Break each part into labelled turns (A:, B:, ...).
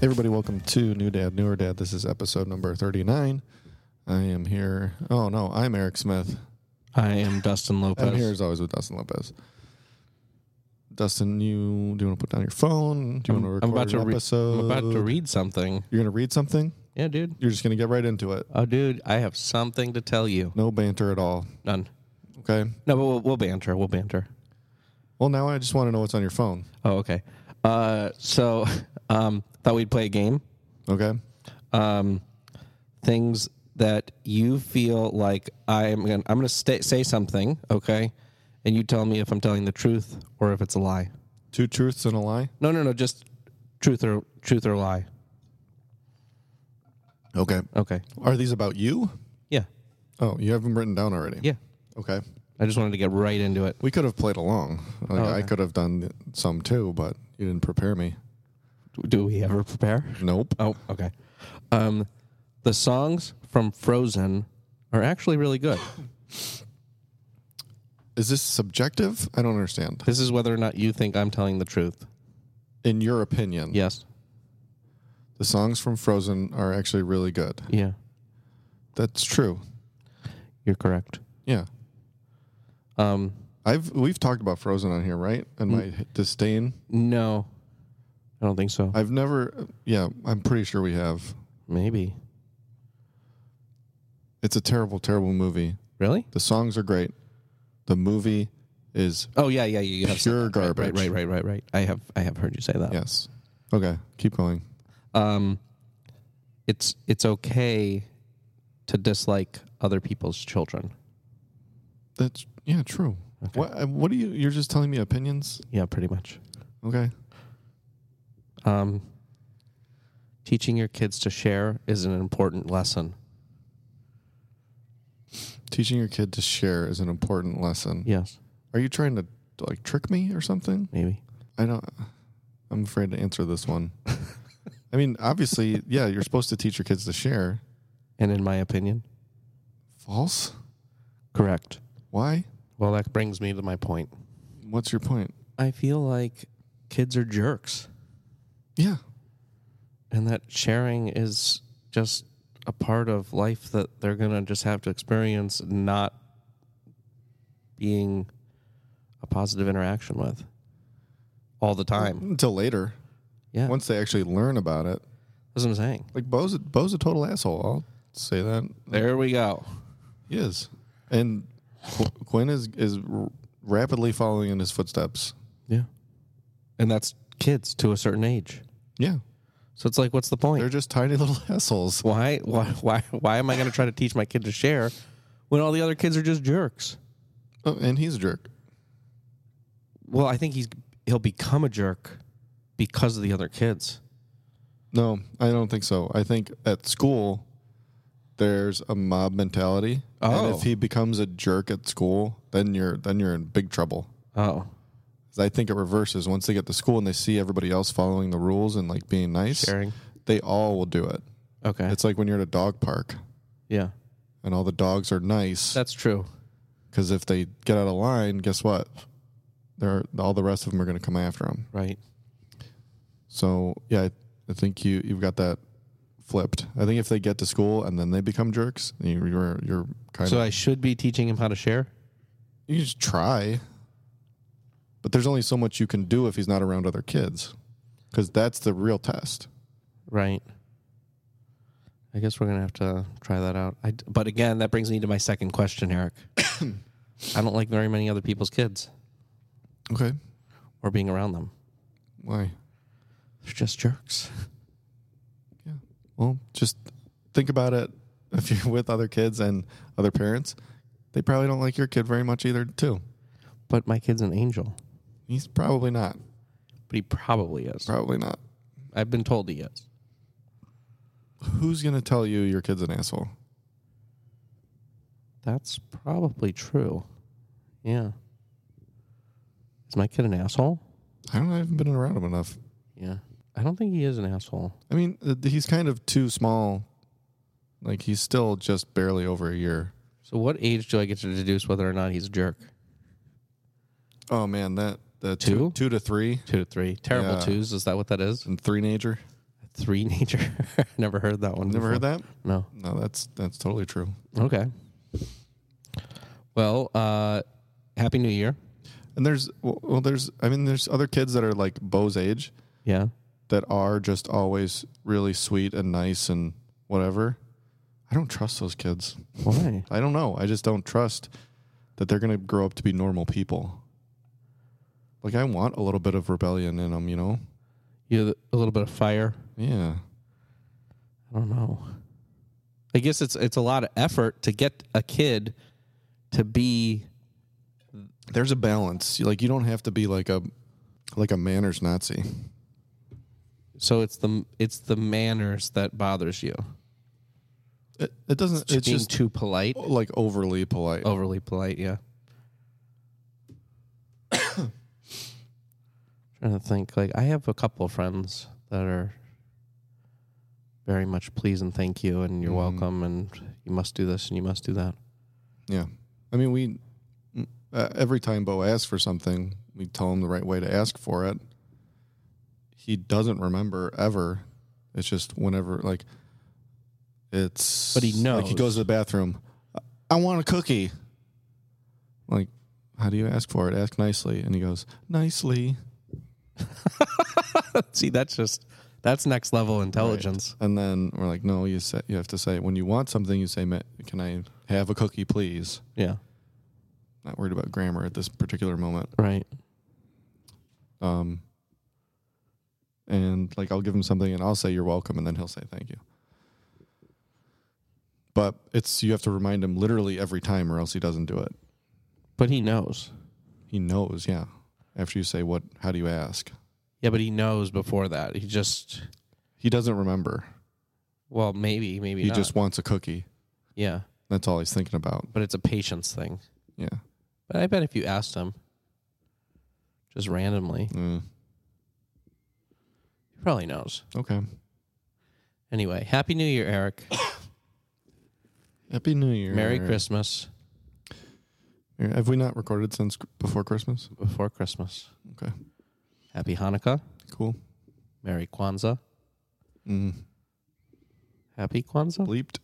A: Hey everybody, welcome to New Dad, Newer Dad. This is episode number 39. I am here. Oh no, I'm Eric Smith.
B: I am Dustin Lopez.
A: I'm here as always with Dustin Lopez. Dustin, you do you want to put down your phone? Do you
B: I'm-
A: want to record
B: I'm about to
A: an
B: re-
A: episode?
B: I'm about to read something.
A: You're gonna read something?
B: Yeah, dude.
A: You're just gonna get right into it.
B: Oh, dude, I have something to tell you.
A: No banter at all.
B: None.
A: Okay.
B: No, but we'll, we'll banter. We'll banter.
A: Well, now I just want to know what's on your phone.
B: Oh, okay. Uh, so, um, thought we'd play a game.
A: Okay.
B: Um, things that you feel like I'm gonna I'm gonna sta say something, okay, and you tell me if I'm telling the truth or if it's a lie.
A: Two truths and a lie.
B: No, no, no, just truth or truth or lie.
A: Okay.
B: Okay.
A: Are these about you?
B: Yeah.
A: Oh, you have them written down already.
B: Yeah.
A: Okay.
B: I just wanted to get right into it.
A: We could have played along. Like, I
B: Oh, okay.
A: could have done some too, but you didn't prepare me.
B: Do we ever prepare?
A: Nope.
B: Oh, okay. Um, the songs from Frozen are actually really good.
A: Is this subjective? I don't understand.
B: This is whether or not you think I'm telling the truth.
A: In your opinion,
B: Yes.
A: the songs from Frozen are actually really good.
B: Yeah.
A: That's true.
B: You're correct.
A: Yeah.
B: Um,
A: I've we've talked about Frozen on here, right? And
B: Mm.
A: my disdain.
B: no, I don't think so.
A: I've never yeah, I'm pretty sure we have.
B: Maybe.
A: It's a terrible terrible movie.
B: Really?
A: The songs are great. The movie is
B: Oh yeah, yeah. You you have said
A: Pure
B: that. Right,
A: garbage.
B: Right, right, right, right, right. I have, I have heard you say that.
A: yes. Okay, keep going.
B: Um, it's it's okay to dislike other people's children.
A: That's yeah, true. What uh, what do you you're just telling me opinions?
B: Yeah, pretty much.
A: Okay.
B: Um, teaching your kids to share is an important lesson.
A: Teaching your kid to share is an important lesson.
B: Yes,
A: Are you trying to like trick me or something?
B: maybe.
A: I don't. I'm afraid to answer this one. I mean, obviously, yeah, you're supposed to teach your kids to share.
B: And in my opinion,
A: False?
B: correct.
A: Why?
B: Well, that brings me to my point.
A: What's your point?
B: I feel like kids are jerks
A: Yeah,
B: and that sharing is just a part of life that they're going to just have to experience not being a positive interaction with all the time.
A: until later.
B: Yeah.
A: Once they actually learn about it,
B: That's what I'm saying.
A: like Bo's, a- Bo's a total asshole. I'll say that
B: There we go.
A: he is. And Qu- Quinn is is r- rapidly following in his footsteps.
B: Yeah. And that's kids to a certain age.
A: Yeah,
B: So it's like, what's the point?
A: they're just tiny little assholes.
B: Why, why, why, why am I going to try to teach my kid to share when all the other kids are just jerks?
A: Oh, and he's a jerk.
B: Well, I think he's he'll become a jerk because of the other kids.
A: No, I don't think so. I think at school there's a mob mentality. And
B: Oh.
A: if he becomes a jerk at school, then you're then you're in big trouble.
B: Oh,
A: 'Cause I think it reverses. Once they get to school and they see everybody else following the rules and like being nice,
B: sharing.
A: they all will do it.
B: Okay.
A: It's like when you're at a dog park
B: yeah,
A: and all the dogs are nice
B: that's true.
A: because if they get out of line, guess what? They're all the rest of them are going to come after them.
B: Right.
A: So yeah, I, I think you you've got that flipped. I think if they get to school and then they become jerks, you, you're you're kind
B: So
A: of
B: I should be teaching him how to share.
A: you just try. But there's only so much you can do if he's not around other kids, because that's the real test.
B: Right. I guess we're gonna have to try that out. I, d- but again, that brings me to my second question, Eric. I don't like very many other people's kids
A: Okay,
B: or being around them.
A: why?
B: They're just jerks.
A: Well, just think about it. If you're with other kids and other parents, they probably don't like your kid very much either, too.
B: But my kid's an angel.
A: He's probably not.
B: But he probably is.
A: Probably not.
B: I've been told he is.
A: Who's gonna tell you your kid's an asshole?
B: That's probably true. Yeah. Is my kid an asshole?
A: I don't. know. I haven't been around him enough.
B: Yeah. I don't think he is an asshole.
A: I mean, uh, th- he's kind of too small. Like he's still just barely over a year.
B: So what age do I get to deduce whether or not he's a jerk?
A: Oh man, that the
B: Two?
A: two to three
B: Two to three. Terrible
A: Yeah.
B: twos. Is that what that is?
A: and three nager.
B: I three nature. Never heard that one.
A: Never heard that?
B: No.
A: No, that's that's totally true.
B: Okay. Well, uh, happy New Year.
A: And there's well, well, there's I mean, there's other kids that are like Bo's age
B: Yeah.
A: that are just always really sweet and nice and whatever. I don't trust those kids.
B: Why?
A: I don't know. I just don't trust that they're going to grow up to be normal people. Like I want a little bit of rebellion in them, you know?
B: You have a little bit of fire.
A: Yeah.
B: I don't know. I guess it's it's a lot of effort to get a kid to be
A: There's a balance. Like you don't have to be like a like a manners Nazi.
B: so it's the it's the manners that bothers you.
A: It, it doesn't it's
B: Being Oh.
A: just oh,
B: too polite,
A: like overly polite.
B: overly polite, yeah. trying to think like I have a couple of friends that are very much please and thank you and you're
A: Mm.
B: welcome and you must do this and you must do that.
A: Yeah. I mean, we uh, every time Bo asks for something, we tell him the right way to ask for it. He doesn't remember ever. It's just whenever, like, it's.
B: But he
A: Like, he
B: knows.
A: goes to the bathroom. "I- I want a cookie. Like, how do you ask for it? Ask nicely. And he goes, nicely.
B: See, that's just that's next level intelligence.
A: And then we're like, no, you say, you have to say, when you want something, you say, "Ma- can I have a cookie, please?
B: Yeah.
A: Not worried about grammar at this particular moment.
B: Right.
A: Um, and like I'll give him something and I'll say you're welcome and then he'll say thank you. But it's you have to remind him literally every time or else he doesn't do it.
B: But he knows.
A: He knows, yeah. After you say what how do you ask?
B: Yeah, but he knows before that. He just
A: He doesn't remember.
B: well, maybe, maybe
A: he
B: not.
A: just wants a cookie.
B: yeah.
A: That's all he's thinking about.
B: But it's a patience thing.
A: Yeah.
B: But I bet if you asked him just randomly,
A: Mm,
B: he probably knows.
A: okay.
B: Anyway, happy New Year, Eric.
A: Happy New Year.
B: Merry Christmas
A: Have we not recorded since before Christmas?
B: before Christmas.
A: Okay.
B: Happy Hanukkah.
A: Cool.
B: Merry Kwanzaa.
A: Mm,
B: Happy Kwanzaa.
A: bleeped.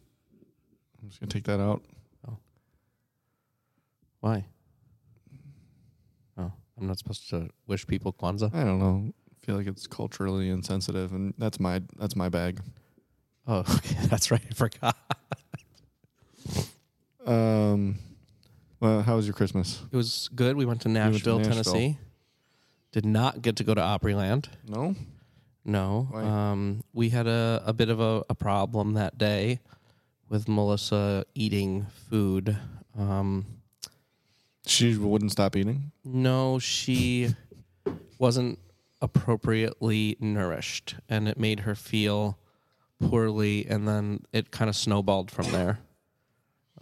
A: I'm just gonna take that out.
B: Why? Oh, I'm not supposed to wish people Kwanzaa.
A: I don't know. I feel like it's culturally insensitive, and that's my that's my bag.
B: Oh, okay, that's right. I forgot.
A: Um, well, how was your Christmas?
B: It was good. We went to
A: to
B: Nashville,
A: Nashville.
B: Tennessee. Did not get to go to Opryland.
A: No,
B: No.
A: Why?
B: Um, we had a, a bit of a, a problem that day with Melissa eating food. Um,
A: she wouldn't stop eating.
B: no, she wasn't appropriately nourished, and it made her feel poorly, and then it kind of snowballed from there.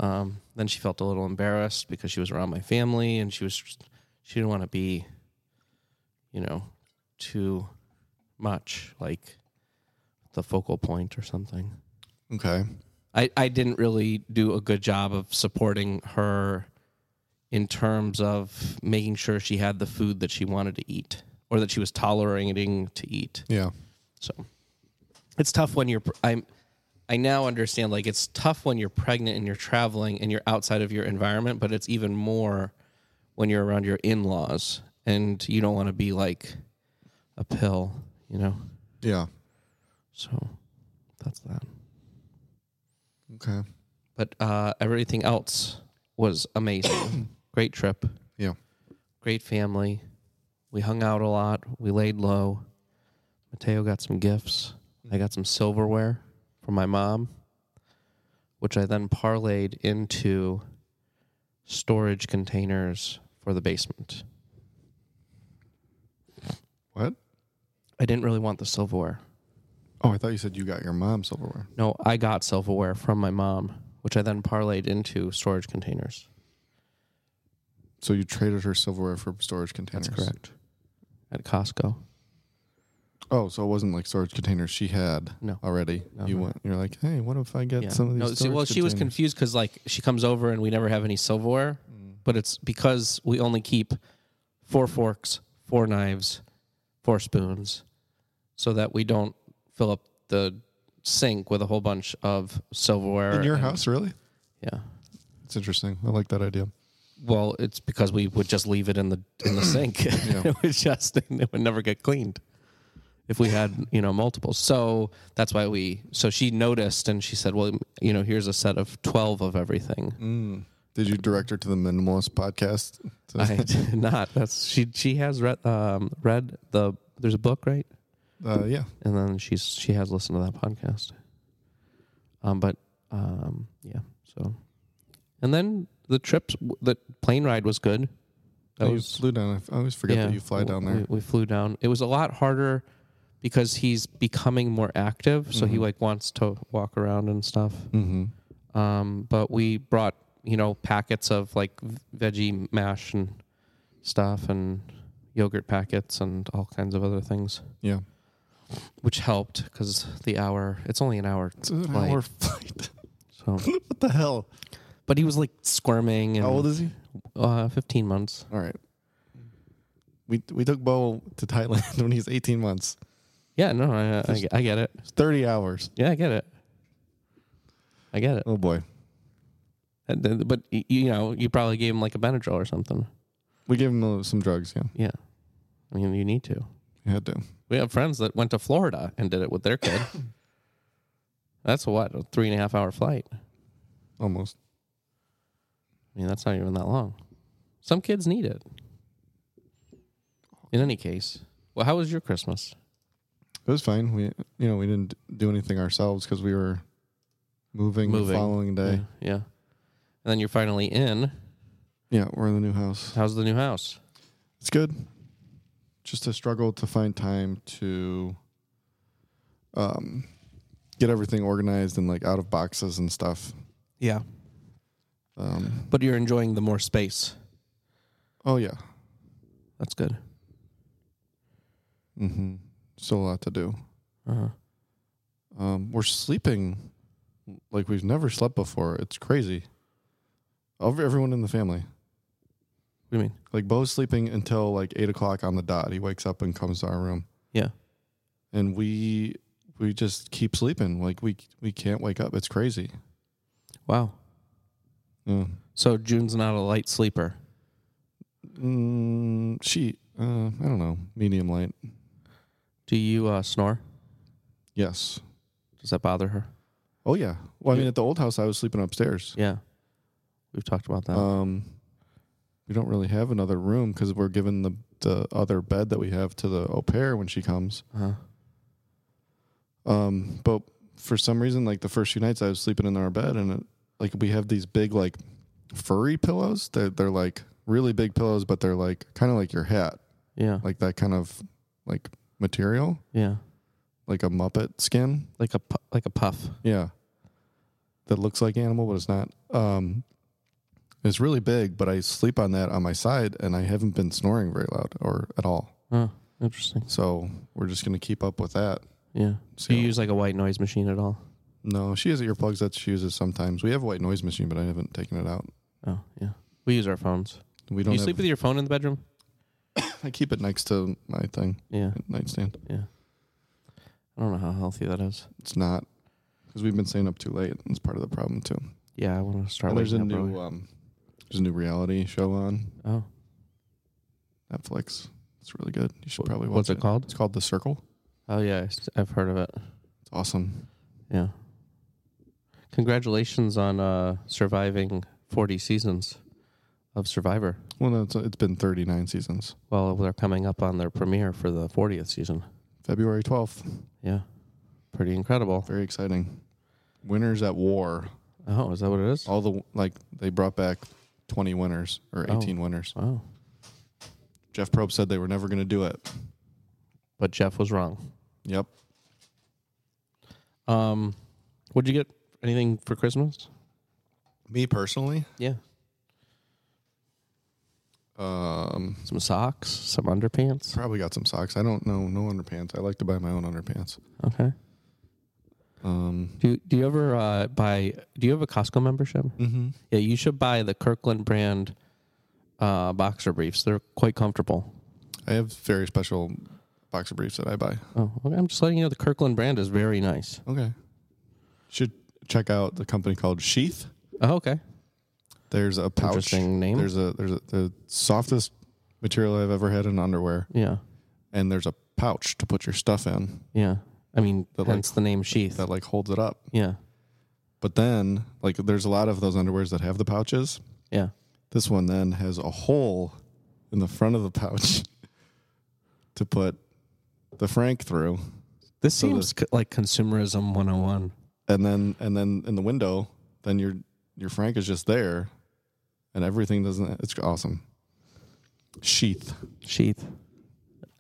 B: Um, then she felt a little embarrassed because she was around my family, and she was she didn't want to be, you know, too much like the focal point or something.
A: Okay,
B: I, I didn't really do a good job of supporting her in terms of making sure she had the food that she wanted to eat or that she was tolerating to eat.
A: yeah,
B: So it's tough when you're I'm I now understand like it's tough when you're pregnant and you're traveling and you're outside of your environment, but it's even more when you're around your in-laws and you don't want to be like a pill, you know.
A: yeah.
B: So that's that.
A: Okay,
B: but uh, everything else was amazing. great trip,
A: yeah.
B: great family. We hung out a lot. We laid low. Mateo got some gifts. I got some silverware from my mom, which I then parlayed into storage containers for the basement.
A: What?
B: I didn't really want the silverware.
A: Oh, I thought you said you got your mom silverware.
B: No, I got silverware from my mom, which I then parlayed into storage containers.
A: So you traded her silverware for storage containers.
B: That's correct. At Costco.
A: Oh, so it wasn't like storage containers she had
B: No.
A: already.
B: No,
A: you
B: no,
A: went. You're like, hey, what if I get
B: Yeah.
A: some of these?
B: No, see,
A: storage
B: well, she was
A: containers?"
B: confused because like she comes over and we never have any silverware,
A: Mm.
B: but it's because we only keep four forks, four knives, four spoons, so that we don't fill up the sink with a whole bunch of silverware.
A: In your
B: and-
A: house, really?
B: Yeah.
A: It's interesting. I like that idea.
B: Well, it's because we would just leave it in the in the sink. it was just it would never get cleaned if we had you know multiple. So that's why we. So she noticed and she said, "Well, you know, here's a set of twelve of everything."
A: Mm. Did you direct her to the Minimalist podcast? So-
B: I did not. That's she. She has read um, read the. There's a book, right?
A: uh, yeah.
B: And then she's she has listened to that podcast. Um, but um, yeah. So, and then the trips, the plane ride was good.
A: Oh,
B: That
A: you
B: was
A: flew down. I always forget that you fly
B: w-
A: down there.
B: We, we flew down. It was a lot harder because he's becoming more active, so he like wants to walk around and stuff.
A: Mm-hmm.
B: Um, but we brought you know packets of like v- veggie mash and stuff and yogurt packets and all kinds of other things,
A: Yeah.
B: which helped because the hour it's only an hour,
A: It's an
B: flight,
A: hour flight.
B: so.
A: what the hell?
B: But he was like squirming and
A: How old is he?
B: uh, fifteen months.
A: All right. We we took Bo to Thailand when he's 18 months.
B: Yeah, no, I, I, I get it.
A: It's 30 hours.
B: Yeah, I get it. I get it.
A: Oh boy.
B: And then, but y- you know, you probably gave him like a Benadryl or something.
A: We gave him uh, some drugs. Yeah,
B: Yeah, I mean, you need to.
A: he had to.
B: We have friends that went to Florida and did it with their kid. that's what a three and a half hour flight. I
A: Almost.
B: mean, that's not even that long. Some kids need it. In any case, well, how was your Christmas?
A: It was fine. We you know we didn't do anything ourselves because we were moving,
B: Moving.
A: the following day.
B: Yeah, yeah. and then you're finally in.
A: Yeah. we're in the new house.
B: How's the new house?
A: It's good. Just a struggle to find time to um, get everything organized and like out of boxes and stuff.
B: Yeah,
A: Um,
B: but you're enjoying the more space.
A: oh yeah.
B: That's good.
A: Mm-hmm. Still a lot to do.
B: Uh-huh.
A: Um, we're sleeping like we've never slept before. It's crazy. Ev- Everyone in the family.
B: What do you mean?
A: Like Bo's sleeping until like eight o'clock on the dot. He wakes up and comes to our room,
B: Yeah.
A: and we we just keep sleeping. Like we we can't wake up. It's crazy.
B: Wow.
A: Yeah.
B: So June's not a light sleeper.
A: Mm, she. Uh, I don't know. Medium light.
B: Do you uh, snore?
A: Yes.
B: Does that bother her?
A: Oh yeah. Well, I
B: Yeah.
A: mean, at the old house, I was sleeping upstairs.
B: Yeah, we've talked about that.
A: Um, we don't really have another room because we're giving the the other bed that we have to the au pair when she comes.
B: Uh-huh.
A: Um, but for some reason, like the first few nights, I was sleeping in our bed, and it, like we have these big like furry pillows. They're they're like really big pillows, but they're like kind of like your hat,
B: Yeah,
A: like that kind of like material,
B: yeah,
A: like a Muppet skin.
B: like a pu- like a puff.
A: Yeah, that looks like animal, but it's not. Um, it's really big, but I sleep on that on my side, and I haven't been snoring very loud or at all.
B: Oh, interesting.
A: So we're just gonna keep up with that.
B: Yeah.
A: So
B: Do you use like a white noise machine at all?
A: No, she has earplugs that she uses sometimes. We have a white noise machine, but I haven't taken it out.
B: Oh, yeah. We use our phones.
A: We
B: Do
A: don't.
B: you
A: have-
B: sleep with your phone in the bedroom?
A: I keep it next to my thing,
B: Yeah,
A: nightstand.
B: yeah. I don't know how healthy that is.
A: It's not because we've been staying up too late. It's part of the problem too.
B: Yeah, I want to start.
A: And there's a
B: waking up
A: new um, there's a new reality show on
B: early. Oh,
A: Netflix. It's really good. You should probably watch
B: what's it called?
A: It's called The Circle.
B: Oh yeah, I s- I've heard of it.
A: It's awesome.
B: Yeah. Congratulations on uh, surviving 40 seasons of Survivor.
A: Well, no, it's, it's been 39 seasons.
B: Well, they're coming up on their premiere for the 40th season.
A: February 12th.
B: Yeah. Pretty incredible.
A: Very exciting. Winners at War.
B: Oh, is that what it is?
A: All the like they brought back 20 winners or
B: Oh.
A: 18 winners.
B: Wow.
A: Jeff Probe said they were never going to do it.
B: But Jeff was wrong.
A: Yep.
B: Um, would you get anything for Christmas?
A: Me personally,
B: Yeah.
A: um,
B: Some socks, some underpants.
A: probably got some socks. I don't know, no underpants. I like to buy my own underpants.
B: Okay.
A: Um,
B: Do do you ever uh, buy do you have a Costco membership?
A: mhm.
B: Yeah, you should buy the Kirkland brand uh, boxer briefs. They're quite comfortable.
A: I have very special boxer briefs that I buy.
B: Oh, okay. I'm just letting you know the Kirkland brand is very nice.
A: Okay. Should check out the company called Sheath.
B: Oh, okay.
A: There's a pouch.
B: Interesting name.
A: There's a there's a, the softest material I've ever had in underwear,
B: Yeah.
A: and there's a pouch to put your stuff in
B: Yeah. I mean,
A: But, like,
B: hence the name Sheath.
A: that like holds it up.
B: yeah.
A: But then like there's a lot of those underwears that have the pouches.
B: Yeah.
A: This one then has a hole in the front of the pouch to put the Frank through,
B: This
A: So
B: seems co- like consumerism 101.
A: and then and then in the window, then your your Frank is just there, and everything doesn't. It's awesome. Sheath.
B: Sheath.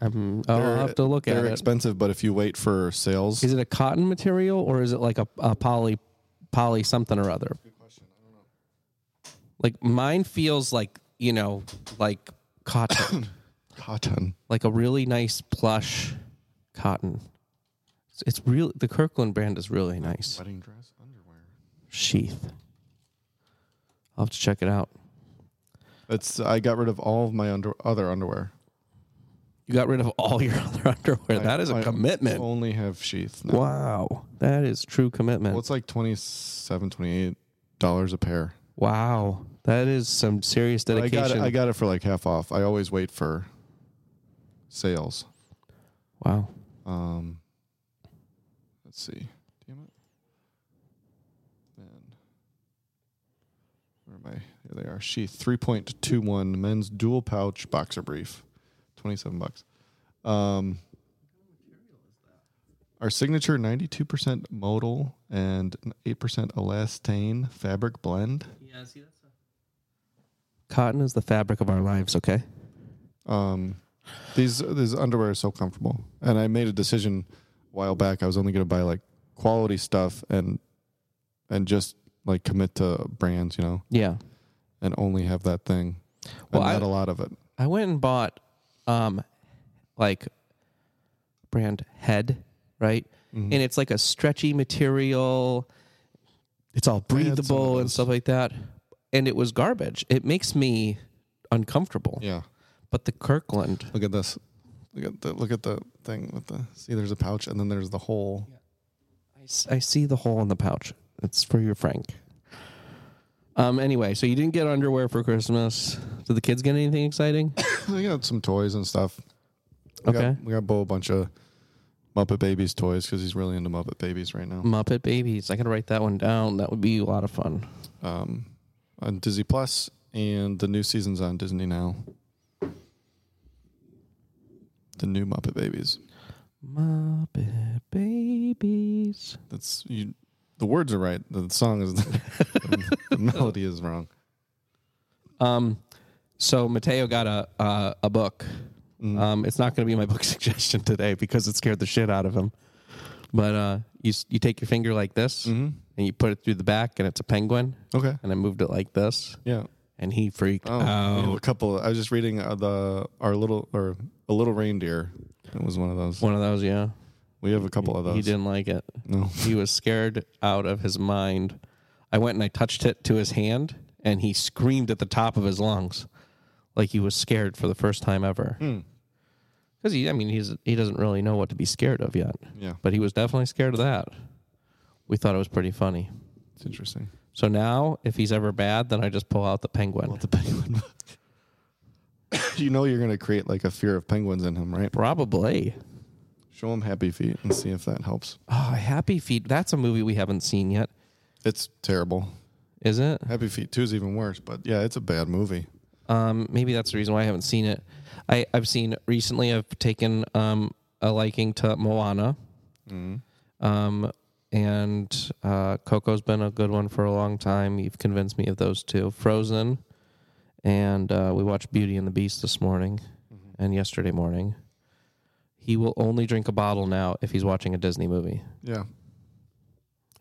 B: Um, I'll
A: They're-
B: have to look at
A: They're
B: it.
A: expensive, but if you wait for sales,
B: Is it a cotton material or is it like a, a poly poly something or other? Like mine feels like you know like cotton,
A: cotton.
B: like a really nice plush cotton. It's, it's real. The Kirkland brand is really nice.
A: Wedding dress underwear.
B: Sheath. I'll have to check it out.
A: It's. I got rid of all of my under, other underwear.
B: You got rid of all your other underwear. That is a
A: I
B: commitment.
A: Only have sheath. Now.
B: Wow, that is true commitment.
A: Well, it's like 27 28 dollars a pair.
B: wow, that is some serious
A: But I
B: dedication.
A: got it. I got it for like half off. I always wait for sales.
B: wow.
A: Um, let's see. Damn it. Then where am I? Here they are. Sheath three point two one men's dual pouch boxer brief, twenty seven bucks. Um, our signature ninety two percent modal and eight percent elastane fabric blend.
B: Cotton is the fabric of our lives, okay?
A: Um, these these underwear are so comfortable, and I made a decision a while back. I was only going to buy like quality stuff and and just like commit to brands, you know,
B: Yeah.
A: and only have that thing.
B: Well,
A: and
B: I-
A: not a lot of it.
B: I went and bought um like brand head, right?
A: Mm-hmm. Mm.
B: And it's like a stretchy material. It's all
A: I had some of
B: breathable and
A: those.
B: stuff like that. And it was garbage. It makes me uncomfortable.
A: Yeah,
B: But the Kirkland,
A: look at this. Look at the look at the thing with the see. There's a pouch, and then there's the hole.
B: I, s- I see the hole in the pouch. It's for your Frank. Um anyway, so you didn't get underwear for Christmas. Did the kids get anything exciting?
A: I got some toys and stuff. We
B: Okay.
A: got, we got Bo a bunch of Muppet Babies toys because he's really into Muppet Babies right now.
B: Muppet Babies. I gotta write that one down. That would be a lot of fun.
A: um, on Disney Plus, and the new season's on Disney now. The new Muppet Babies.
B: Muppet Babies.
A: That's you. The words are right. The song is the melody is wrong.
B: Um, so Mateo got a uh, a book. Um, it's not going to be my book suggestion today because it scared the shit out of him. But uh, you s- you take your finger like this
A: Mm.
B: and you put it through the back, and it's a penguin.
A: Mm-hmm. Okay.
B: And I moved it like this,
A: Yeah.
B: and he freaked
A: Oh, we have
B: out.
A: a couple. I was just reading uh, the our little or a little reindeer. It was one of those.
B: One of those, yeah.
A: We have a couple of those.
B: He didn't like it.
A: No.
B: He was scared out of his mind. I went and I touched it to his hand, and he screamed at the top of his lungs, like he was scared for the first time ever.
A: Hmm.
B: Because he, I mean, he's he doesn't really know what to be scared of yet,
A: Yeah.
B: but he was definitely scared of that. We thought it was pretty funny.
A: It's interesting.
B: So now, if he's ever bad, then I just pull out the penguin.
A: you know you're gonna create like a fear of penguins in him, right?
B: Probably.
A: Show him Happy Feet and see if that helps.
B: Oh, Happy Feet. That's a movie we haven't seen yet,
A: It's terrible.
B: is it?
A: Happy Feet 2 is even worse, but yeah, it's a bad movie.
B: Um, maybe that's the reason why I haven't seen it. I, I've seen recently. I've taken um, a liking to Moana, Mm-hmm. um, and uh, Coco's been a good one for a long time. You've convinced me of those two, Frozen, and uh, we watched Beauty and the Beast this morning
A: Mm-hmm.
B: and yesterday morning. He will only drink a bottle now if he's watching a Disney movie.
A: Yeah.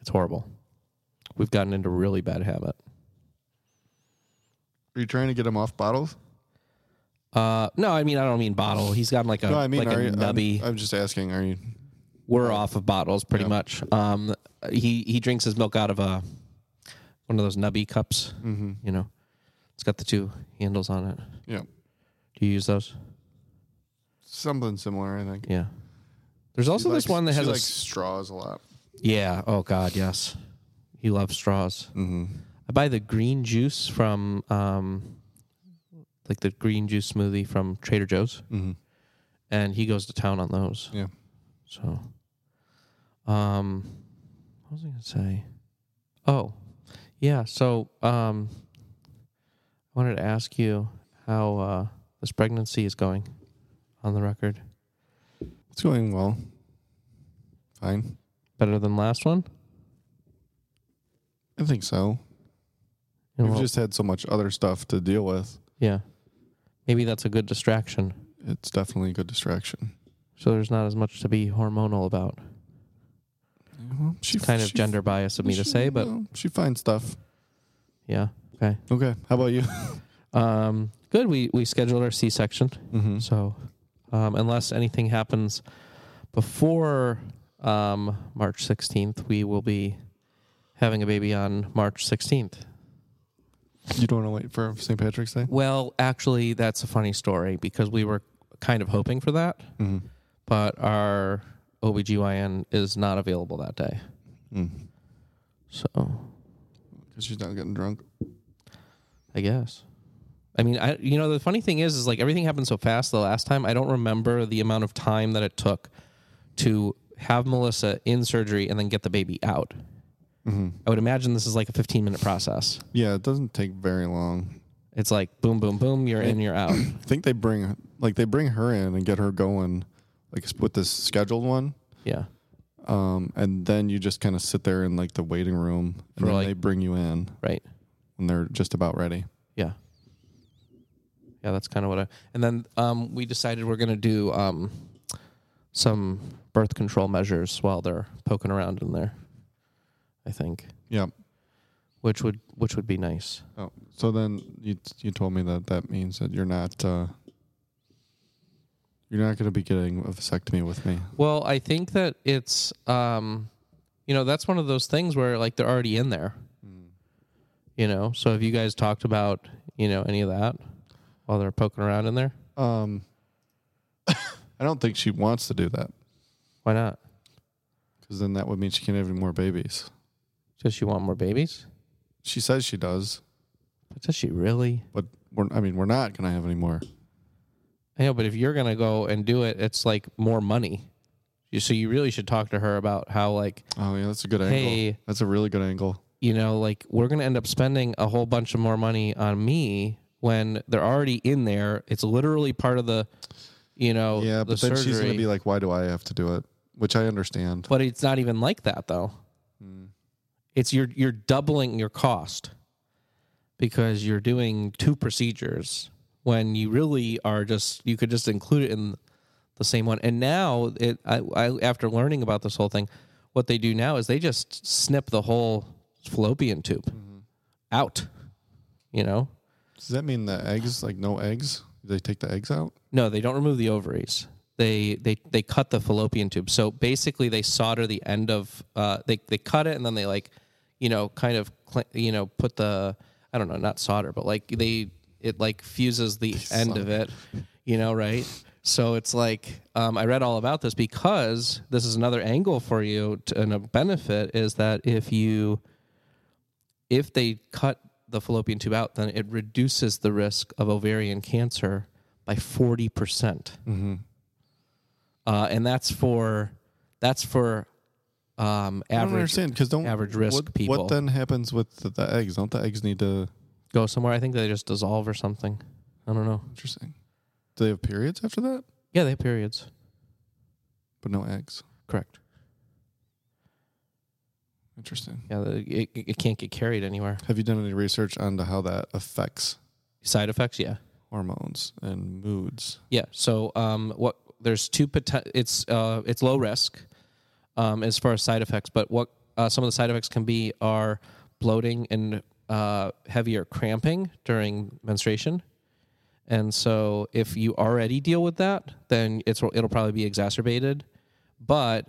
B: It's horrible. We've gotten into a really bad habit.
A: Are you trying to get him off bottles?
B: Uh, no, I mean I don't mean bottle. He's gotten like a
A: no, I mean,
B: like
A: are
B: a
A: you, I'm-
B: nubby.
A: I'm, just asking, are you?
B: we're off of bottles pretty
A: Yeah.
B: much. Um, he he drinks his milk out of a one of those nubby cups.
A: Mm-hmm.
B: You know, it's got the two handles on it.
A: Yeah.
B: Do you use those?
A: something similar. I think.
B: Yeah. There's also
A: She
B: this
A: likes-
B: one that
A: she
B: has a
A: likes
B: s-
A: straws a lot.
B: Yeah. Oh God, yes. He loves straws.
A: Mm-hmm.
B: I buy the green juice from um like the green juice smoothie from Trader Joe's
A: Mm-hmm.
B: and he goes to town on those.
A: Yeah.
B: So um what was I gonna say? Oh, yeah, so um I wanted to ask you how uh this pregnancy is going on the record.
A: It's going well. Fine.
B: Better than last one?
A: I think so.
B: You know,
A: We've just had so much other stuff to deal with.
B: yeah. Maybe that's a good distraction.
A: It's definitely a good distraction.
B: So there's not as much to be hormonal about.
A: Well, she
B: Kind of
A: she-
B: gender bias of me to
A: she-
B: say, but
A: no, she finds stuff.
B: yeah. Okay.
A: Okay. How about you?
B: Um, good. We we scheduled our C section.
A: Mm-hmm.
B: So um, unless anything happens before um, March 16th, we will be having a baby on March 16th.
A: You don't want to wait for St. Patrick's Day?
B: Well, actually, that's a funny story because we were kind of hoping for that,
A: Mm-hmm.
B: but our OBGYN is not available that day. So
A: Because Mm. she's not getting drunk.
B: I guess. I mean, I you know the funny thing is, is like everything happened so fast the last time. I don't remember the amount of time that it took to have Melissa in surgery and then get the baby out. I would imagine this is like a 15 minute process.
A: Yeah, it doesn't take very long.
B: It's like boom, boom, boom, you're in, you're out.
A: I think they bring like they bring her in and get her going, like with this scheduled one,
B: Yeah,
A: um, and then you just kind of sit there in like the waiting room, and
B: For,
A: then
B: like-
A: they bring you in
B: right.
A: when they're just about ready.
B: Yeah, yeah, that's kind of what I. And then um, we decided we're gonna do um, some birth control measures while they're poking around in there. I think,
A: Yep.
B: which would which would be nice.
A: Oh, so then you you told me that that means that you're not uh, you're not going to be getting a vasectomy with me.
B: Well, I think that it's, um, you know, that's one of those things where like they're already in there. Mm. You know, so have you guys talked about you know any of that while they're poking around in there?
A: Um, I don't think she wants to do that
B: Why not?
A: because then that would mean she can't have any more babies.
B: Does she want more babies?
A: She says she does,
B: But does she really?
A: but we're, I mean, we're not going to have any more.
B: I know, but if you're gonna go and do it, it's like more money. You- So you really should talk to her about how like
A: Oh yeah, that's a good
B: Hey.
A: angle. That's a really good angle.
B: you know like we're gonna end up spending a whole bunch of more money on me when they're already in there. It's literally part of the, you know,
A: Yeah, but
B: the
A: then she's going
B: surgery.
A: to be like, "Why do I have to do it?" Which I understand.
B: But it's not even like that though. It's you're you're doubling your cost because you're doing two procedures when you really are just you could just include it in the same one. And now it I, I after learning about this whole thing, what they do now is they just snip the whole fallopian tube out. You know?
A: Does that mean the eggs, like no eggs? They take the eggs out.
B: No, they don't remove the ovaries. They they they cut the fallopian tube. So basically, they solder the end of uh, they they cut it and then they like, you know, kind of cl- you know put the I don't know not solder but like they it like fuses the end of it, you know, right? So it's like um, I read all about this because this is another angle for you to, and a benefit is that if you if they cut the fallopian tube out, then it reduces the risk of ovarian cancer by forty percent,
A: Mm-hmm.
B: uh, and that's for that's for um,
A: I don't
B: average
A: understand because don't
B: average risk
A: what,
B: people.
A: What then happens with the, the eggs? Don't the eggs need to?
B: go somewhere. I think they just dissolve or something. I don't know.
A: Interesting. Do they have periods after that?
B: Yeah, they have periods.
A: But no eggs.
B: Correct.
A: Interesting.
B: Yeah, the, it, it it can't get carried anywhere.
A: Have you done any research onto how that affects
B: Side effects, yeah.
A: hormones and moods?
B: Yeah. So um, what there's two poten- it's uh, it's low risk um, as far as side effects, but what uh, some of the side effects can be are bloating and uh, heavier cramping during menstruation. And so if you already deal with that, then it's it'll probably be exacerbated. But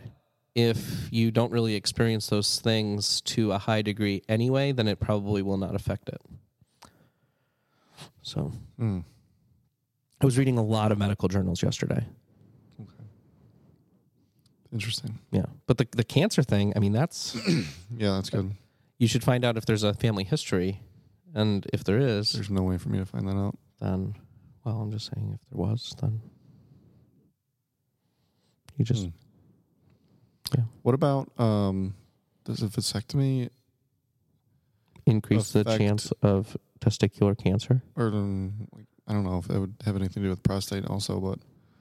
B: if you don't really experience those things to a high degree anyway, then it probably will not affect it. So
A: Mm. Hmm.
B: I was reading a lot of medical journals yesterday.
A: Interesting.
B: Yeah. But the the cancer thing, I mean, that's
A: Yeah, that's good.
B: you should find out if there's a family history, and if there is,
A: There's no way for me to find that out.
B: then well, I'm just saying if there was, then you just
A: Hmm.
B: Yeah.
A: What about um, does a vasectomy
B: increase the
A: Affect-
B: chance of testicular cancer,
A: or um, like, I don't know if that would have anything to do with prostate also, but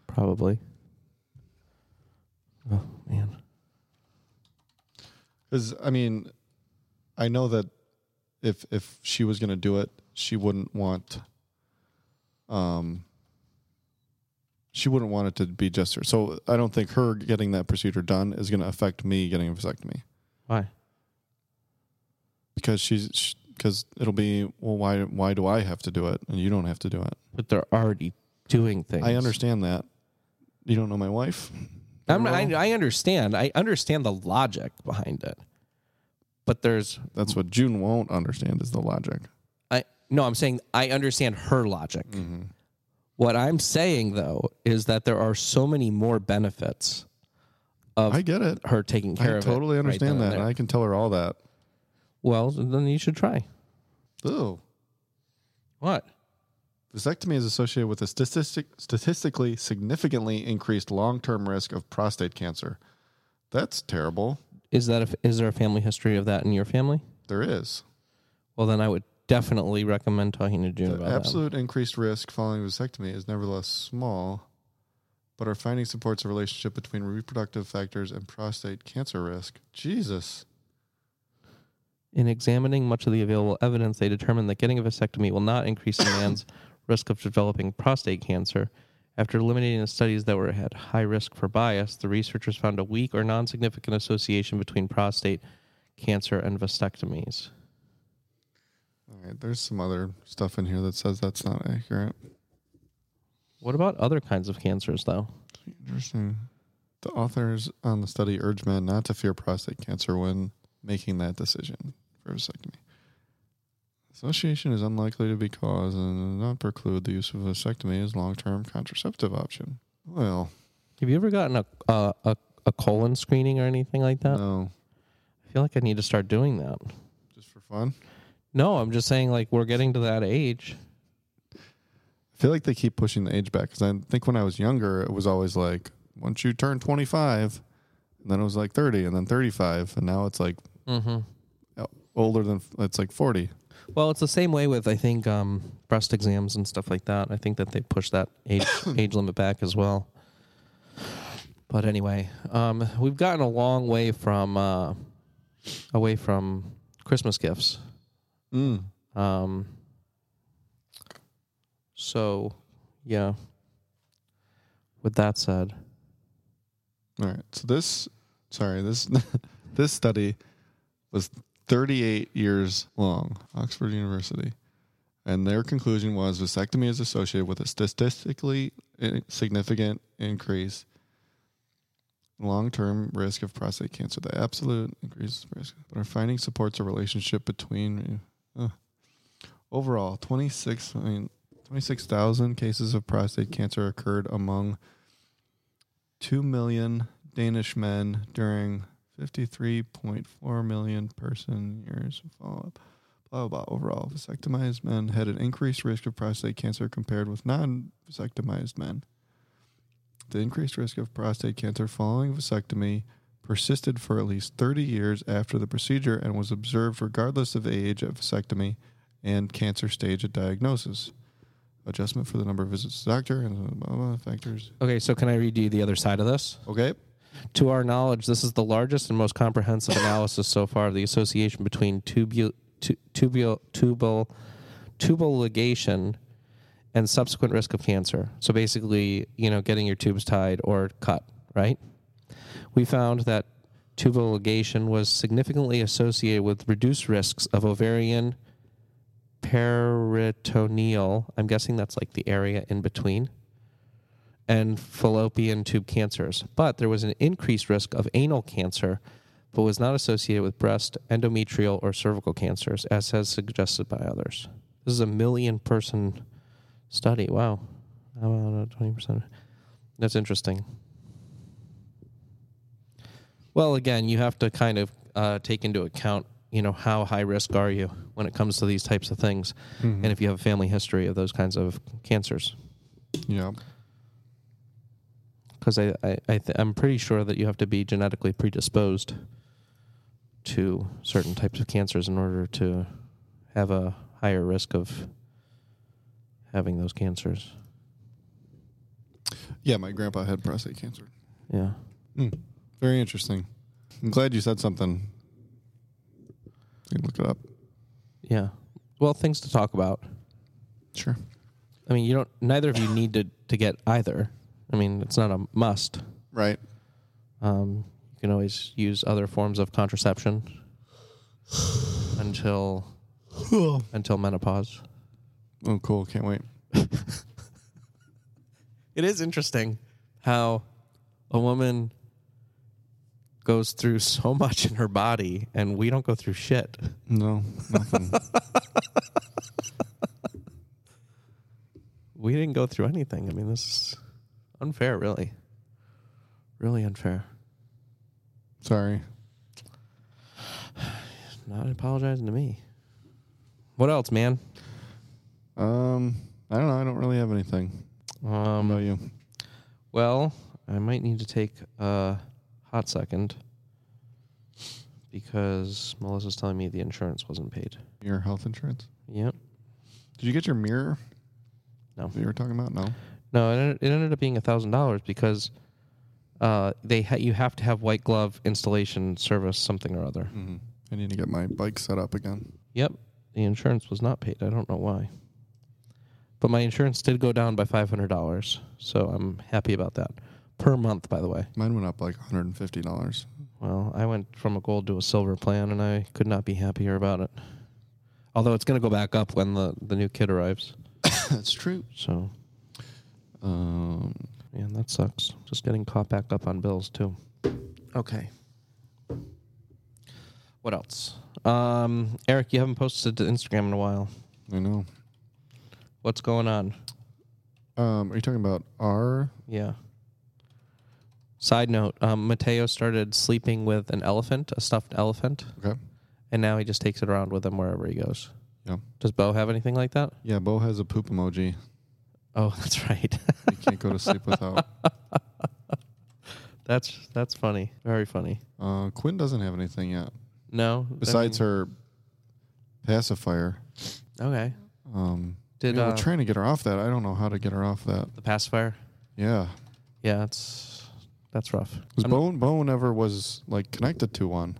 B: probably. Oh man.
A: because I mean, I know that if if she was going to do it, she wouldn't want um she wouldn't want it to be just her. So I don't think her getting that procedure done is going to affect me getting a vasectomy.
B: Why?
A: because she's because it'll be well why why do I have to do it and you don't have to do it
B: But they're already doing things.
A: I understand that you don't know my wife
B: I'm,
A: very well.
B: I, I understand. I understand the logic behind it. But there's
A: that's what June won't understand is the logic
B: I no, I'm saying I understand her logic.
A: Mm-hmm.
B: What I'm saying though is that there are so many more benefits of
A: I get it
B: her taking care
A: I
B: of it
A: totally
B: right
A: understand
B: then and
A: that and
B: there.
A: I can tell her all that
B: well, then you should try.
A: Ew.
B: What?
A: vasectomy is associated with a statistic statistically significantly increased long term risk of prostate cancer that's terrible
B: Is that a, is there a family history of that in your family?
A: there is
B: Well, then I would definitely recommend talking to June
A: The
B: about that.
A: absolute increased risk following vasectomy is nevertheless small, but our finding supports a relationship between reproductive factors and prostate cancer risk. Jesus.
B: In examining much of the available evidence, they determined that getting a vasectomy will not increase a man's risk of developing prostate cancer. After eliminating the studies that were at high risk for bias, the researchers found a weak or non significant association between prostate cancer and vasectomies.
A: All right, there's some other stuff in here that says that's not accurate.
B: What about other kinds of cancers, though?
A: Interesting. The authors on the study urge men not to fear prostate cancer when making that decision for vasectomy. Association is unlikely to be caused and not preclude the use of vasectomy as long-term contraceptive option. Well,
B: Have you ever gotten a, a, a, a colon screening or anything like that?
A: no,
B: I feel like I need to start doing that.
A: just for fun.
B: No, I'm just saying, like, we're getting to that age.
A: I feel like they keep pushing the age back because I think when I was younger, it was always like once you turn 25, and then it was like 30, and then 35, and now it's like
B: Mm-hmm.
A: older than it's like 40.
B: Well, it's the same way with I think um, breast exams and stuff like that. I think that they push that age age limit back as well. But anyway, um, we've gotten a long way from uh, away from Christmas gifts.
A: Mm.
B: Um, so, yeah. With that said,
A: All right. So this, sorry, this this study was 38 years long, Oxford University, and their conclusion was vasectomy is associated with a statistically i- significant increase in long-term risk of prostate cancer. The absolute increased risk, but our finding supports a relationship between. uh, overall, 26, I mean, 26,000 cases of prostate cancer occurred among 2 million Danish men during 53.4 million person years of follow up. Blah, blah, blah. Overall, vasectomized men had an increased risk of prostate cancer compared with non vasectomized men. The increased risk of prostate cancer following vasectomy persisted for at least 30 years after the procedure and was observed regardless of age at vasectomy and cancer stage at diagnosis. Adjustment for the number of visits to doctor and blah, blah, blah factors.
B: okay. So, can I read you the other side of this?
A: Okay.
B: To our knowledge, this is the largest and most comprehensive analysis so far of the association between tubule, tu, tubule, tubal, tubal ligation and subsequent risk of cancer. So basically, you know, getting your tubes tied or cut, right? We found that tubal ligation was significantly associated with reduced risks of ovarian peritoneal, I'm guessing that's like the area in between, and fallopian tube cancers. But there was an increased risk of anal cancer, but was not associated with breast, endometrial, or cervical cancers, as has suggested by others. This is a million person study. Wow. I'm out of 20%. That's interesting. Well, again, you have to kind of uh, take into account, you know, how high risk are you when it comes to these types of things, and if you have a family history of those kinds of cancers.
A: Yeah.
B: Because I, I, I th- I'm pretty sure that you have to be genetically predisposed to certain types of cancers in order to have a higher risk of having those cancers.
A: Yeah, my grandpa had prostate cancer.
B: Yeah.
A: Mm, very interesting. I'm glad you said something. You can look it up.
B: Yeah. Well, things to talk about.
A: Sure.
B: I mean, you don't. Neither of you need to, to get either. I mean, it's not a must.
A: Right.
B: Um, you can always use other forms of contraception until until menopause.
A: Oh, cool. Can't wait.
B: It is interesting how a woman goes through so much in her body, and we don't go through shit.
A: No, nothing.
B: We didn't go through anything. I mean, this is unfair, really, really unfair.
A: Sorry.
B: Not apologizing to me. What else, man?
A: Um, I don't know. I don't really have anything. How
B: Um,
A: about you?
B: Well, I might need to take a hot second because Melissa's telling me the insurance wasn't paid.
A: Your health insurance?
B: Yep.
A: Did you get your mirror?
B: No.
A: That you were talking about? No.
B: No, it ended, it ended up being a thousand dollars because uh, they ha- you have to have white glove installation service something or other.
A: Mm-hmm. I need to get my bike set up again.
B: Yep. The insurance was not paid. I don't know why. But my insurance did go down by five hundred dollars, so I'm happy about that. Per month, by the way.
A: Mine went up like $150.
B: Well, I went from a gold to a silver plan, and I could not be happier about it. Although it's going to go back up when the, the new kid arrives.
A: That's true.
B: So,
A: Um,
B: man, that sucks. Just getting caught back up on bills, too. Okay. What else? Um, Eric, you haven't posted to Instagram in a while.
A: I know.
B: What's going on?
A: Um, are you talking about our?
B: Yeah. Side note um, Mateo started sleeping with an elephant, a stuffed elephant,
A: Okay.
B: and now he just takes it around with him wherever he goes.
A: Yeah.
B: Does Bo have anything like that?
A: Yeah, Bo has a poop emoji.
B: Oh, that's right.
A: He can't go to sleep without.
B: that's that's funny. Very funny.
A: Uh, Quinn doesn't have anything yet.
B: No. I
A: Besides
B: mean-
A: her pacifier.
B: Okay.
A: Um,
B: Did
A: yeah,
B: uh,
A: we're trying to get her off that. I don't know how to get her off that.
B: the pacifier?
A: Yeah.
B: Yeah, it's that's rough.
A: 'Cause
B: I'm-
A: Bo, Bo never was like connected to one,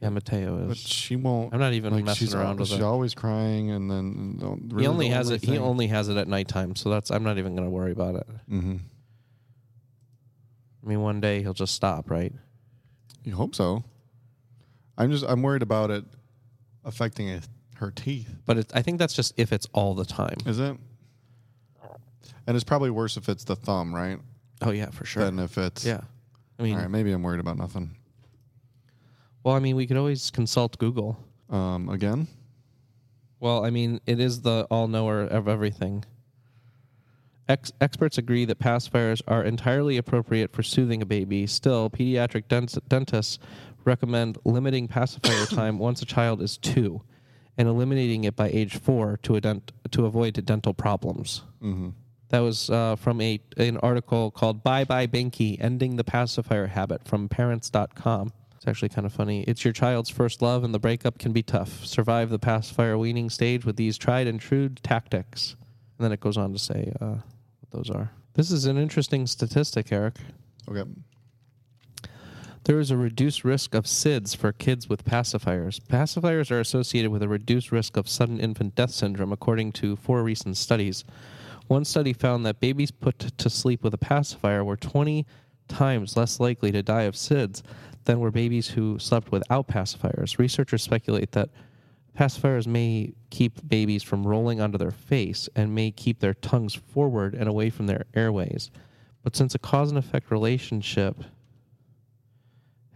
B: yeah, Mateo
A: but
B: is.
A: she won't.
B: I'm not even
A: like
B: messing
A: she's
B: around
A: al-
B: with
A: She's
B: it.
A: always crying, and then don't- really
B: he only
A: the
B: has it. He only has it at nighttime, so that's. I'm not even going to worry about it.
A: hmm
B: I mean, one day he'll just stop, right?
A: You hope so. I'm just. I'm worried about it affecting it, her teeth.
B: But it, I think that's just if it's all the time.
A: Is it? And it's probably worse if it's the thumb, right?
B: Oh yeah, for sure.
A: Than if it's.
B: yeah. I mean,
A: All right. Maybe I'm worried about nothing.
B: well, I mean, we could always consult Google.
A: Um. Again.
B: Well, I mean, it is the all knower of everything. Ex- experts agree that pacifiers are entirely appropriate for soothing a baby. Still, pediatric dent- dentists recommend limiting pacifier time once a child is two and eliminating it by age four to, ident- to avoid dental problems. That was uh, from a, an article called Bye Bye Binky Ending the Pacifier Habit from parents.com. It's actually kind of funny. It's your child's first love, and the breakup can be tough. Survive the pacifier weaning stage with these tried and true tactics. And then it goes on to say uh, what those are. This is an interesting statistic, Eric.
A: Okay.
B: There is a reduced risk of SIDS for kids with pacifiers. Pacifiers are associated with a reduced risk of sudden infant death syndrome, according to four recent studies. One study found that babies put to sleep with a pacifier were 20 times less likely to die of SIDS than were babies who slept without pacifiers. Researchers speculate that pacifiers may keep babies from rolling onto their face and may keep their tongues forward and away from their airways. But since a cause and effect relationship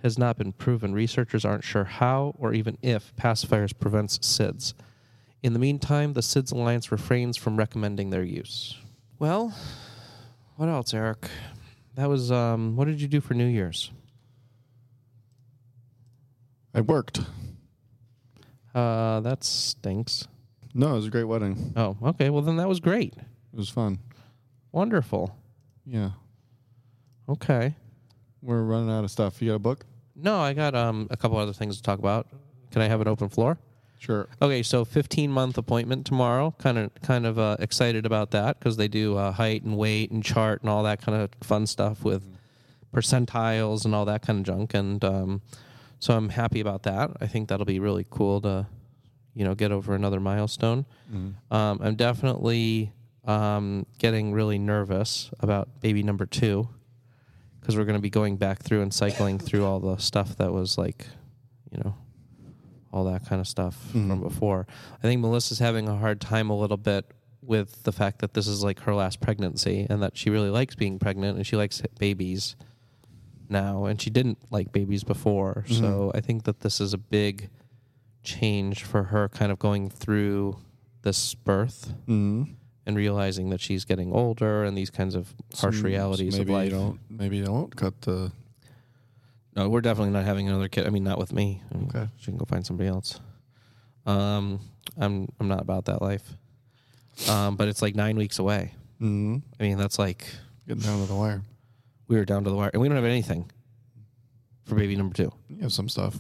B: has not been proven. Researchers aren't sure how or even if pacifiers prevents SIDS. In the meantime, the SIDS Alliance refrains from recommending their use. Well, what else, Eric? That was um, what did you do for New Year's?
A: I worked.
B: Uh, that stinks.
A: No, it was a great wedding.
B: Oh, okay. Well, then that was great.
A: It was fun.
B: Wonderful.
A: Yeah.
B: Okay.
A: We're running out of stuff. You got a book?
B: No, I got um a couple other things to talk about. Can I have an open floor?
A: Sure.
B: Okay, so 15 month appointment tomorrow. Kind of kind of uh, excited about that because they do uh, height and weight and chart and all that kind of fun stuff with percentiles and all that kind of junk. And um, so I'm happy about that. I think that'll be really cool to you know get over another milestone.
A: Mm-hmm.
B: Um, I'm definitely um, getting really nervous about baby number two because we're going to be going back through and cycling through all the stuff that was like, you know, all that kind of stuff from before. I think Melissa's having a hard time a little bit with the fact that this is like her last pregnancy and that she really likes being pregnant and she likes babies now and she didn't like babies before.
A: Mm-hmm.
B: So I think that this is a big change for her kind of going through this birth
A: Mm-hmm.
B: and realizing that she's getting older and these kinds of harsh realities
A: maybe
B: of life.
A: You don't, maybe you don't cut the.
B: No, we're definitely not having another kid. I mean, not with me. I mean,
A: Okay.
B: She can go find somebody else. Um, I'm I'm not about that life. Um, but it's like nine weeks away.
A: Mm-hmm.
B: I mean, that's like
A: Getting down to the wire.
B: we were down to the wire, and we don't have anything for baby number two.
A: You have some stuff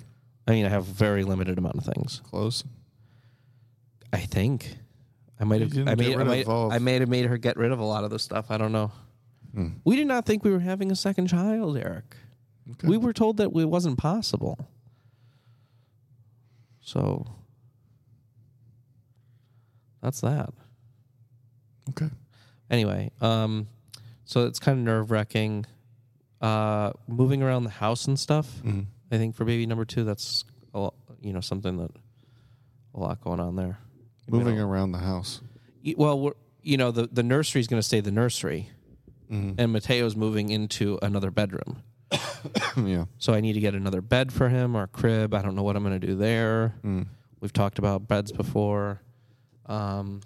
B: I mean, I have very limited amount of things.
A: close.
B: I think I might
A: You
B: have.
A: didn't
B: I
A: get
B: made. I
A: rid
B: might,
A: of all-
B: I might have made her get rid of a lot of the stuff. I don't know.
A: Hmm.
B: We did not think we were having a second child, Eric.
A: Okay.
B: We were told that it wasn't possible. So that's that.
A: Okay.
B: Anyway, um, so it's kind of nerve wracking. Uh, moving around the house and stuff.
A: Mhm.
B: I think for baby number two, that's a lot, you know something that a lot going on there. We
A: Moving
B: don't-
A: around the house.
B: Y- Well, we're, you know the the nursery's going to stay the nursery,
A: Mhm.
B: and Mateo's moving into another bedroom.
A: yeah.
B: So I need to get another bed for him or a crib. I don't know what I'm going to do there.
A: Mm.
B: We've talked about beds before. Um,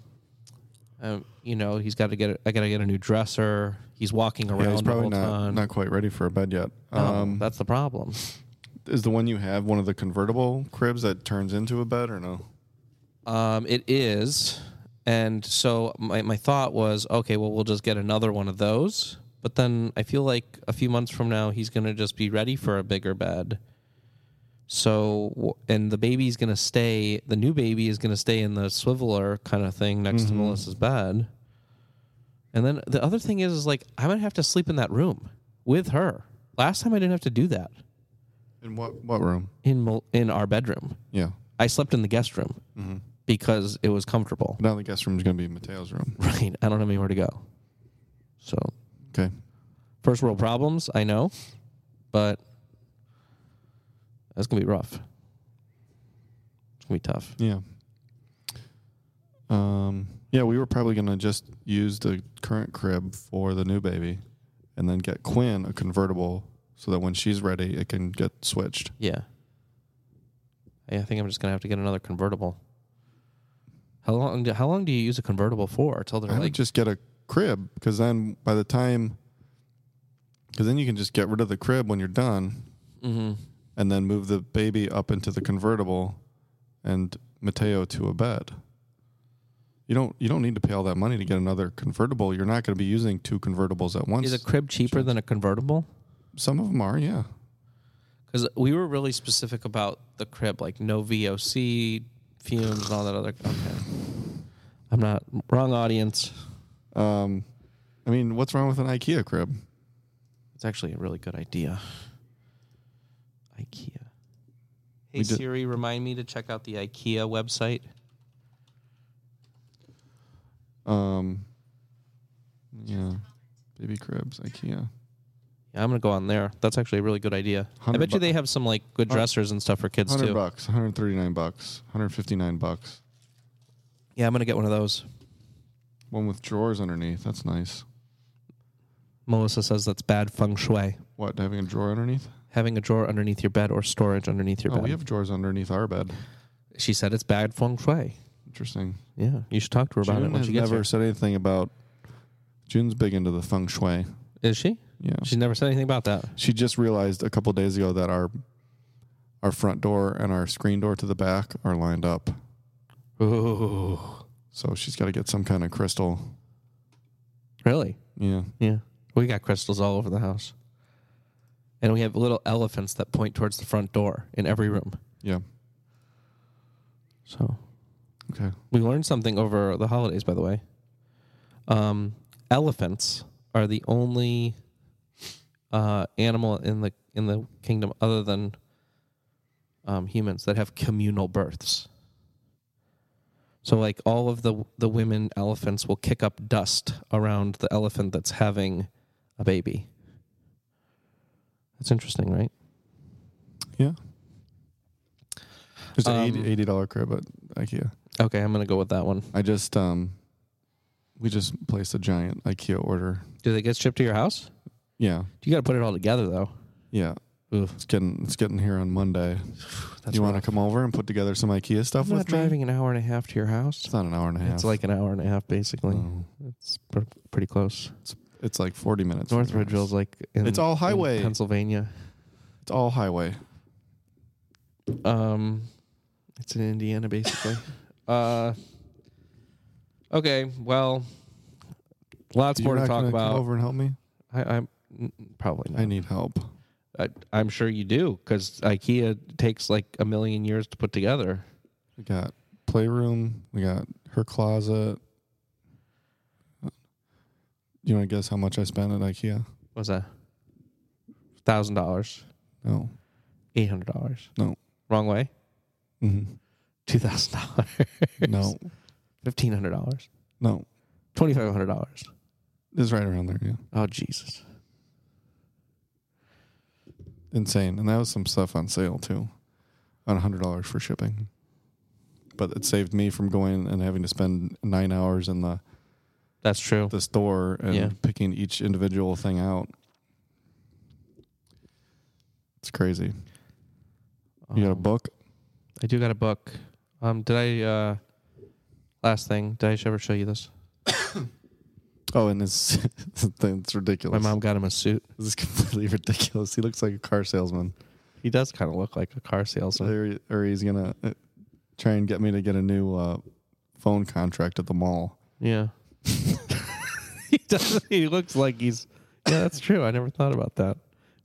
B: um, you know, he's got to get. A, I got to get a new dresser. He's walking around
A: Yeah, he's
B: the
A: probably
B: whole
A: not,
B: time.
A: not quite ready for a bed yet.
B: No,
A: Um,
B: that's the problem.
A: is the one you have one of the convertible cribs that turns into a bed or no?
B: Um, it is, and so my my thought was, okay, well, we'll just get another one of those. But then I feel like a few months from now, he's going to just be ready for a bigger bed. So, w- and the baby's going to stay, the new baby is going to stay in the swiveler kind of thing next to Melissa's bed. And then the other thing is, is like, I'm going to have to sleep in that room with her. Last time I didn't have to do that
A: In what what room?
B: in, Mel- in our bedroom.
A: Yeah.
B: I slept in the guest room because it was comfortable.
A: But now the guest room is going to be Mateo's room.
B: Right. I don't have anywhere to go. So,
A: Okay.
B: first world problems, I know, but that's going to be rough. It's going to be tough.
A: Yeah. Um. Yeah, we were probably going to just use the current crib for the new baby, and then get Quinn a convertible so that when she's ready, it can get switched.
B: Yeah. Yeah, I think I'm just going to have to get another convertible. How long do, how long do you use a convertible for? Till they're
A: I
B: like
A: would just get a crib because then by the time, because then you can just get rid of the crib when you're done,
B: Mhm.
A: and then move the baby up into the convertible, and Mateo to a bed. You don't you don't need to pay all that money to get another convertible. You're not going to be using two convertibles at once.
B: Is a crib cheaper than a convertible?
A: Some of them are, yeah.
B: Because we were really specific about the crib, like no VOC fumes and all that other. Okay, I'm not wrong audience.
A: Um, I mean, what's wrong with an IKEA crib?
B: It's actually a really good idea. IKEA. Hey
A: We did-
B: Siri, remind me to check out the IKEA website.
A: Um, yeah, baby cribs, IKEA.
B: Yeah, I'm gonna go on there. That's actually a really good idea. I
A: 100
B: bet you
A: bu-
B: they have some like good dressers and stuff for kids
A: Hundred
B: too.
A: bucks, hundred thirty nine bucks, hundred fifty nine bucks.
B: Yeah, I'm gonna get one of those.
A: One with drawers underneath. That's nice.
B: Melissa says that's bad feng shui.
A: What, having a drawer underneath?
B: Having a drawer underneath your bed or storage underneath your
A: Oh,
B: bed.
A: we have drawers underneath our bed.
B: she said it's bad feng shui.
A: Interesting.
B: Yeah, you should talk to her about
A: June
B: it when
A: has
B: she gets
A: never
B: here.
A: said anything about. June's big into the feng shui.
B: Is she?
A: Yeah.
B: She's never said anything about that.
A: She just realized a couple days ago that our our front door and our screen door to the back are lined up.
B: Ooh.
A: So she's got to get some kind of crystal.
B: Really?
A: Yeah.
B: Yeah. We got crystals all over the house. And we have little elephants that point towards the front door in every room.
A: Yeah.
B: So
A: Okay.
B: we learned something over the holidays, by the way. Um, elephants are the only uh, animal in the in the kingdom other than um, humans that have communal births. So, like all of the the women elephants will kick up dust around the elephant that's having a baby. That's interesting, right?
A: Yeah. There's an
B: Um,
A: 80 $80 crib at IKEA.
B: Okay, I'm gonna go with that one.
A: I just, um, we just placed a giant IKEA order.
B: Do they get shipped to your house?
A: Yeah.
B: You got to put it all together, though.
A: Yeah.
B: Oof,
A: It's getting, it's getting here on Monday.
B: that's
A: you
B: rough.
A: want to come over and put together some IKEA stuff
B: I'm not
A: with me?
B: driving an hour and a half to your house.
A: It's not an hour and a half.
B: It's like an hour and a half, basically.
A: No.
B: It's pr- pretty close.
A: it's like 40 minutes. from yours.
B: Northridgeville's like in,
A: It's all
B: in
A: highway.
B: Pennsylvania.
A: It's all highway.
B: Um, it's in Indiana, basically. uh, okay. Well, lots
A: You're
B: more to
A: not
B: talk
A: gonna Come
B: about.
A: over and help me.
B: I, I'm n- probably
A: I
B: not.
A: need help.
B: I, I'm sure you do because IKEA takes like a million years to put together.
A: We got playroom. We got her closet. You want to guess how much I spent at IKEA?
B: What's that? Thousand dollars.
A: No.
B: Eight hundred dollars.
A: No.
B: Wrong way.
A: Mhm.
B: Two thousand dollars.
A: No.
B: Fifteen hundred dollars.
A: No.
B: Twenty five hundred dollars.
A: It's right around there. Yeah.
B: Oh Jesus.
A: Insane. And that was some stuff on sale too, on $100 for shipping. But it saved me from going and having to spend nine hours in the,
B: That's true.
A: the store and
B: Yeah.
A: picking each individual thing out. It's crazy. You got a
B: Um,
A: book?
B: I do got a book. Um did I uh last thing, did I ever show you this?
A: Oh, and it's it's
B: My
A: ridiculous.
B: mom got him a suit.
A: This is completely ridiculous. He looks like a car salesman.
B: He does kind of look like a car
A: So,
B: salesman.
A: or, or he's gonna uh, try and get me to get a new uh, phone contract at the mall.
B: Yeah. he does he looks like he's Yeah, that's true. I never thought about that.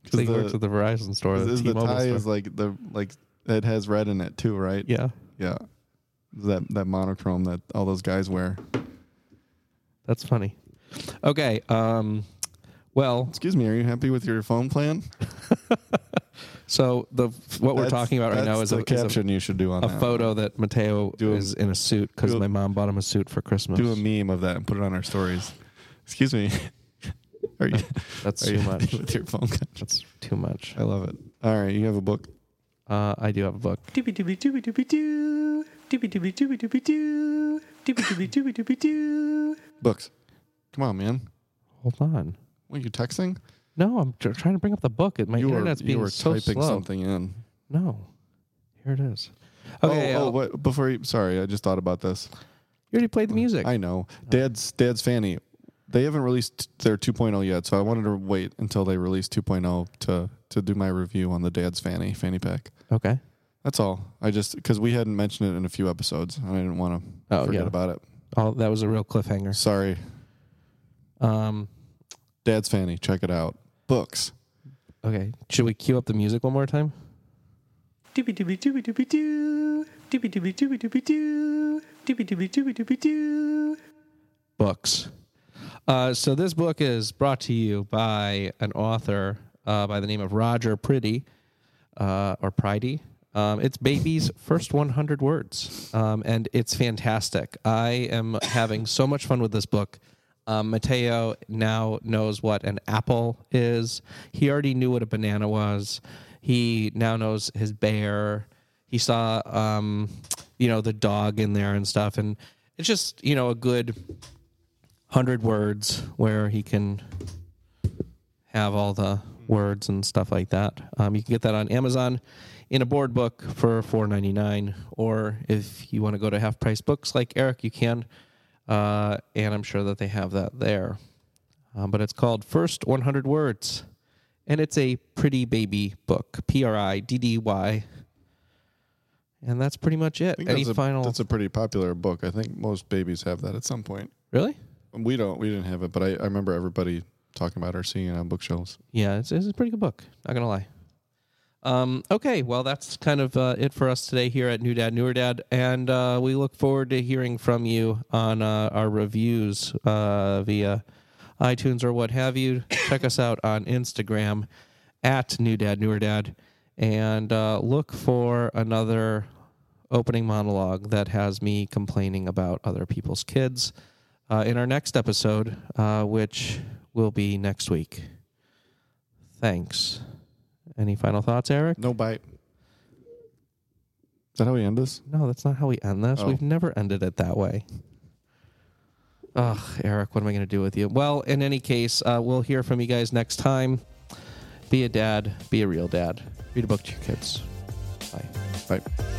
A: 'Cause
B: Because he
A: the-
B: works at the Verizon store.
A: Is,
B: the
A: is the
B: T-Mobile
A: tie
B: store.
A: is like the like it has red in it too, right?
B: yeah.
A: Yeah. That that monochrome that all those guys wear.
B: That's funny. Okay. Um well,
A: Excuse me, are you happy with your phone plan?
B: so the what we're
A: That's-
B: talking about right
A: that's
B: now is
A: the
B: a, is a
A: caption you should do on
B: a
A: that.
B: photo that Mateo
A: Do a-
B: is in a suit because
A: do a-
B: my mom bought him a suit for Christmas.
A: Do a meme of that and put it on our stories. Excuse me. are you,
B: That's
A: are you
B: too much.
A: happy with your phone contract?
B: That's too much.
A: I love it. All right, you have a book.
B: Uh, I do have a book.
C: Doobie doobie doobie doobie doo. Doobie doobie doobie doobie doo. Doobie doobie doobie doobie doo.
A: Books. Come on, man.
B: Hold on.
A: What are you texting?
B: No, I'm tr- trying to bring up the book. It, my
A: you were
B: internet's being
A: you were
B: so
A: typing
B: slow.
A: something in.
B: No, here it is. Okay,
A: Oh, oh
B: I'll-
A: what, before you, sorry, I just thought about this.
B: you already played the music.
A: I know. Dad's Dad's Fanny. They haven't released their 2.0 yet, so I wanted to wait until they release 2.0 to to do my review on the Dad's Fanny fanny pack.
B: okay.
A: That's all. I just because we hadn't mentioned it in a few episodes, and I didn't want to
B: Oh,
A: forget
B: yeah.
A: about it.
B: Oh, that was a real cliffhanger.
A: Sorry,
B: Um.
A: Dad's Fanny. Check it out. Books.
B: Okay. Should we cue up the music one more time?
C: Doobie doobie doobie doobie doo. Doobie doobie doobie doobie doo. Doobie doobie doobie doobie doo.
B: books. Uh, so this book is brought to you by an author uh, by the name of Roger Pretty uh, or Pridey. Um, it's Baby's first 100 words, um, and it's fantastic. I am having so much fun with this book. Um, Mateo now knows what an apple is. He already knew what a banana was. He now knows his bear he saw um you know the dog in there and stuff and it's just you know a good 100 words where he can have all the words and stuff like that um, you can get that on amazon in a board book for 4.99 or if you want to go to half price books like eric you can uh, and i'm sure that they have that there um, but it's called First 100 Words. And it's a pretty baby book, P R I D D Y And that's pretty much it.
A: I think
B: Any
A: that's a,
B: final?
A: That's a pretty popular book. I think most babies have that at some point.
B: really?
A: We don't. We didn't have it, but I, I remember everybody talking about it or seeing it on bookshelves.
B: Yeah, it's, it's a pretty good book. Not gonna lie. Um, okay, well, that's kind of uh, it for us today here at New Dad Newer Dad, and uh, we look forward to hearing from you on uh, our reviews uh, via iTunes or what have you. Check us out on Instagram at New Dad Newer Dad, and uh, look for another opening monologue that has me complaining about other people's kids uh, in our next episode, uh, which will be next week. Thanks. Any final thoughts, Eric?
A: No bite. Is that how we end this?
B: No, that's not how we end this.
A: Oh.
B: We've never ended it that way. Ugh, Eric, what am I going to do with you? Well, in any case, uh, we'll hear from you guys next time. Be a dad, be a real dad, read a book to your kids. Bye.
A: Bite.